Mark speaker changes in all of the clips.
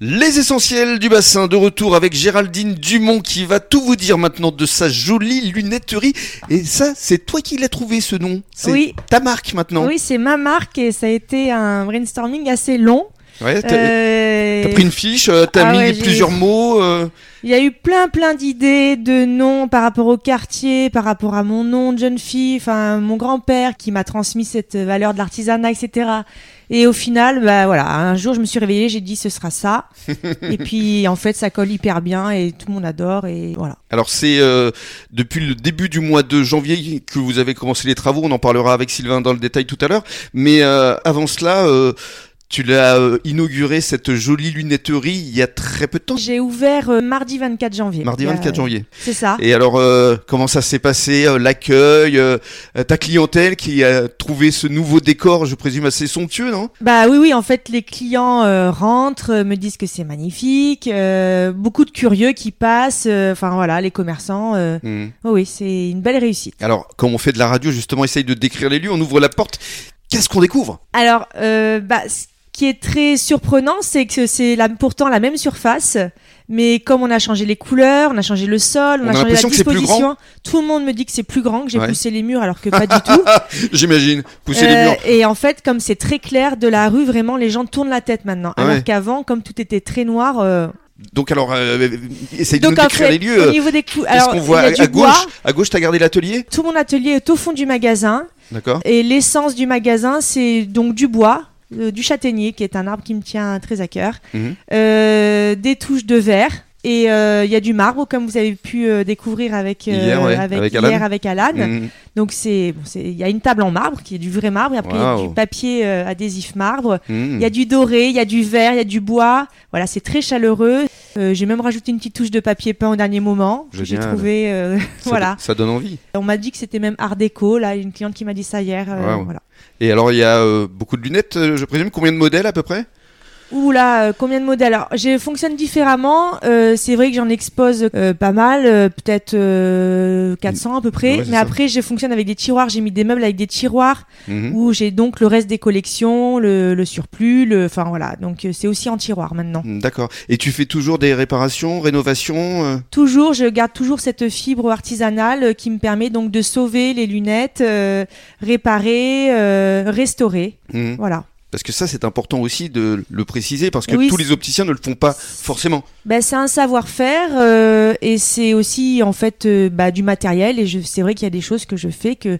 Speaker 1: Les essentiels du bassin de retour avec Géraldine Dumont qui va tout vous dire maintenant de sa jolie lunetterie. Et ça, c'est toi qui l'as trouvé ce nom. C'est
Speaker 2: Oui.
Speaker 1: ta marque maintenant.
Speaker 2: Oui, c'est ma marque et ça a été un brainstorming assez long.
Speaker 1: Ouais, t'as
Speaker 2: Euh,
Speaker 1: t'as pris une fiche, euh, t'as
Speaker 2: Ah
Speaker 1: mis
Speaker 2: ouais, j'ai-
Speaker 1: plusieurs mots. euh,
Speaker 2: Il y a eu plein plein d'idées, de noms par rapport au quartier, par rapport à mon nom de jeune fille, enfin mon grand-père qui m'a transmis cette valeur de l'artisanat, etc. Et au final, bah voilà, un jour je me suis réveillée, j'ai dit ce sera ça. et puis en fait, ça colle hyper bien et tout le monde adore et voilà.
Speaker 1: Alors c'est euh, depuis le début du mois de janvier que vous avez commencé les travaux. On en parlera avec Sylvain dans le détail tout à l'heure. Mais euh, avant cela, euh, tu l'as euh, inauguré cette jolie lunetterie il y a très peu de temps.
Speaker 2: J'ai ouvert euh, mardi 24 janvier.
Speaker 1: Mardi
Speaker 2: Il y a-
Speaker 1: 24 janvier.
Speaker 2: C'est ça.
Speaker 1: Et alors, euh, comment ça s'est passé euh, L'accueil, euh, euh, ta clientèle qui a trouvé ce nouveau décor, je présume, assez somptueux, non
Speaker 2: Bah oui, oui, en fait, les clients euh, rentrent, euh, me disent que c'est magnifique, euh, beaucoup de curieux qui passent, euh, enfin voilà, les commerçants. euh,
Speaker 1: Hmm.
Speaker 2: oh oui, c'est une belle réussite.
Speaker 1: Alors, quand on fait de la radio, justement, essaye de décrire les lieux, on ouvre la porte. Qu'est-ce qu'on découvre
Speaker 2: Alors, euh, bah, ce qui est très surprenant, c'est que c'est la, pourtant la même surface, mais comme on a changé les couleurs, on a changé le sol,
Speaker 1: On
Speaker 2: on,
Speaker 1: a
Speaker 2: a, changé la
Speaker 1: l'impression que c'est plus
Speaker 2: disposition, tout le monde me dit que c'est plus grand, que j'ai
Speaker 1: Ouais.
Speaker 2: poussé les murs alors que pas du tout.
Speaker 1: J'imagine, pousser les
Speaker 2: Euh,
Speaker 1: murs.
Speaker 2: Et en fait, comme c'est très clair de la rue, vraiment, les gens tournent la tête maintenant.
Speaker 1: Ah
Speaker 2: alors
Speaker 1: ouais.
Speaker 2: qu'avant, comme tout était très noir... euh,
Speaker 1: Donc, alors, euh, essaye de
Speaker 2: Donc
Speaker 1: nous
Speaker 2: en
Speaker 1: décrire
Speaker 2: fait,
Speaker 1: les lieux.
Speaker 2: au niveau des clous,
Speaker 1: Qu'est-ce
Speaker 2: alors
Speaker 1: qu'on voit
Speaker 2: il y
Speaker 1: à,
Speaker 2: a du
Speaker 1: à
Speaker 2: bois.
Speaker 1: gauche À gauche, t'as gardé l'atelier
Speaker 2: Tout mon atelier est au fond du magasin
Speaker 1: D'accord.
Speaker 2: et l'essence du magasin c'est donc du bois, euh, du châtaignier qui est un arbre qui me tient très à cœur,
Speaker 1: Mhm.
Speaker 2: euh, des touches de verre et euh, il y a du marbre comme vous avez pu euh, découvrir avec euh,
Speaker 1: Hier, ouais,
Speaker 2: avec,
Speaker 1: avec
Speaker 2: hier
Speaker 1: Alan.
Speaker 2: avec Alan.
Speaker 1: Mhm.
Speaker 2: Donc c'est bon, c'est- il y a une table en marbre qui est du vrai marbre et après il y
Speaker 1: Waouh.
Speaker 2: a du papier euh, adhésif marbre.
Speaker 1: Mhm.
Speaker 2: Il y a du doré, il y a du vert, il y a du bois. Voilà, c'est très chaleureux. Euh, j'ai même rajouté une petite touche de papier peint au dernier moment. que J'ai
Speaker 1: Génial.
Speaker 2: trouvé. euh,
Speaker 1: Ça-
Speaker 2: voilà.
Speaker 1: Ça donne envie.
Speaker 2: On m'a dit que c'était même art déco. Là, une cliente qui m'a dit ça hier. euh,
Speaker 1: Wow.
Speaker 2: voilà.
Speaker 1: Et alors, il y a euh, beaucoup de lunettes, euh, je présume. Combien de modèles à peu près
Speaker 2: Ouh là, euh, combien de modèles Alors, je fonctionne différemment. Euh, c'est vrai que j'en expose euh, pas mal, euh, peut-être euh, 400 à peu
Speaker 1: Ouais,
Speaker 2: près.
Speaker 1: c'est
Speaker 2: Mais
Speaker 1: ça.
Speaker 2: après, je fonctionne avec des tiroirs. J'ai mis des meubles avec des tiroirs
Speaker 1: Mhm.
Speaker 2: où j'ai donc le reste des collections, le, le surplus, le. Enfin voilà. Donc euh, c'est aussi en tiroir maintenant.
Speaker 1: Hmm, D'accord. Et tu fais toujours des réparations, rénovations euh,
Speaker 2: Toujours, je garde toujours cette fibre artisanale euh, qui me permet donc de sauver les lunettes, euh, réparer, euh, restaurer.
Speaker 1: mhm.
Speaker 2: Voilà.
Speaker 1: Parce que ça, c'est important aussi de le préciser, parce que
Speaker 2: Oui,
Speaker 1: tous
Speaker 2: c'est-
Speaker 1: les opticiens ne le font pas forcément.
Speaker 2: Ben, c'est un savoir-faire euh, et c'est aussi en fait euh, bah, du matériel. Et je- c'est vrai qu'il y a des choses que je fais que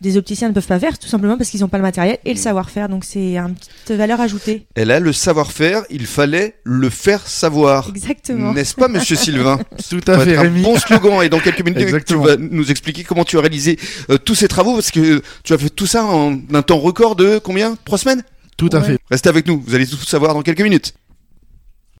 Speaker 2: des opticiens ne peuvent pas faire tout simplement parce qu'ils n'ont pas le matériel et le
Speaker 1: Mm.
Speaker 2: savoir-faire. Donc c'est une petite valeur ajoutée.
Speaker 1: Elle a le savoir-faire, il fallait le faire savoir.
Speaker 2: Exactement.
Speaker 1: N'est-ce pas, monsieur Sylvain
Speaker 3: Tout
Speaker 1: Ça
Speaker 3: à
Speaker 1: va
Speaker 3: fait,
Speaker 1: être un
Speaker 3: Rémi.
Speaker 1: bon slogan. Et dans quelques minutes, tu
Speaker 3: Exactement.
Speaker 1: vas nous expliquer comment tu as réalisé euh, tous ces travaux, parce que tu as fait tout ça en un temps record de combien Trois semaines
Speaker 3: Tout à
Speaker 2: Ouais.
Speaker 3: fait.
Speaker 1: Restez avec nous, vous allez tout savoir dans quelques minutes.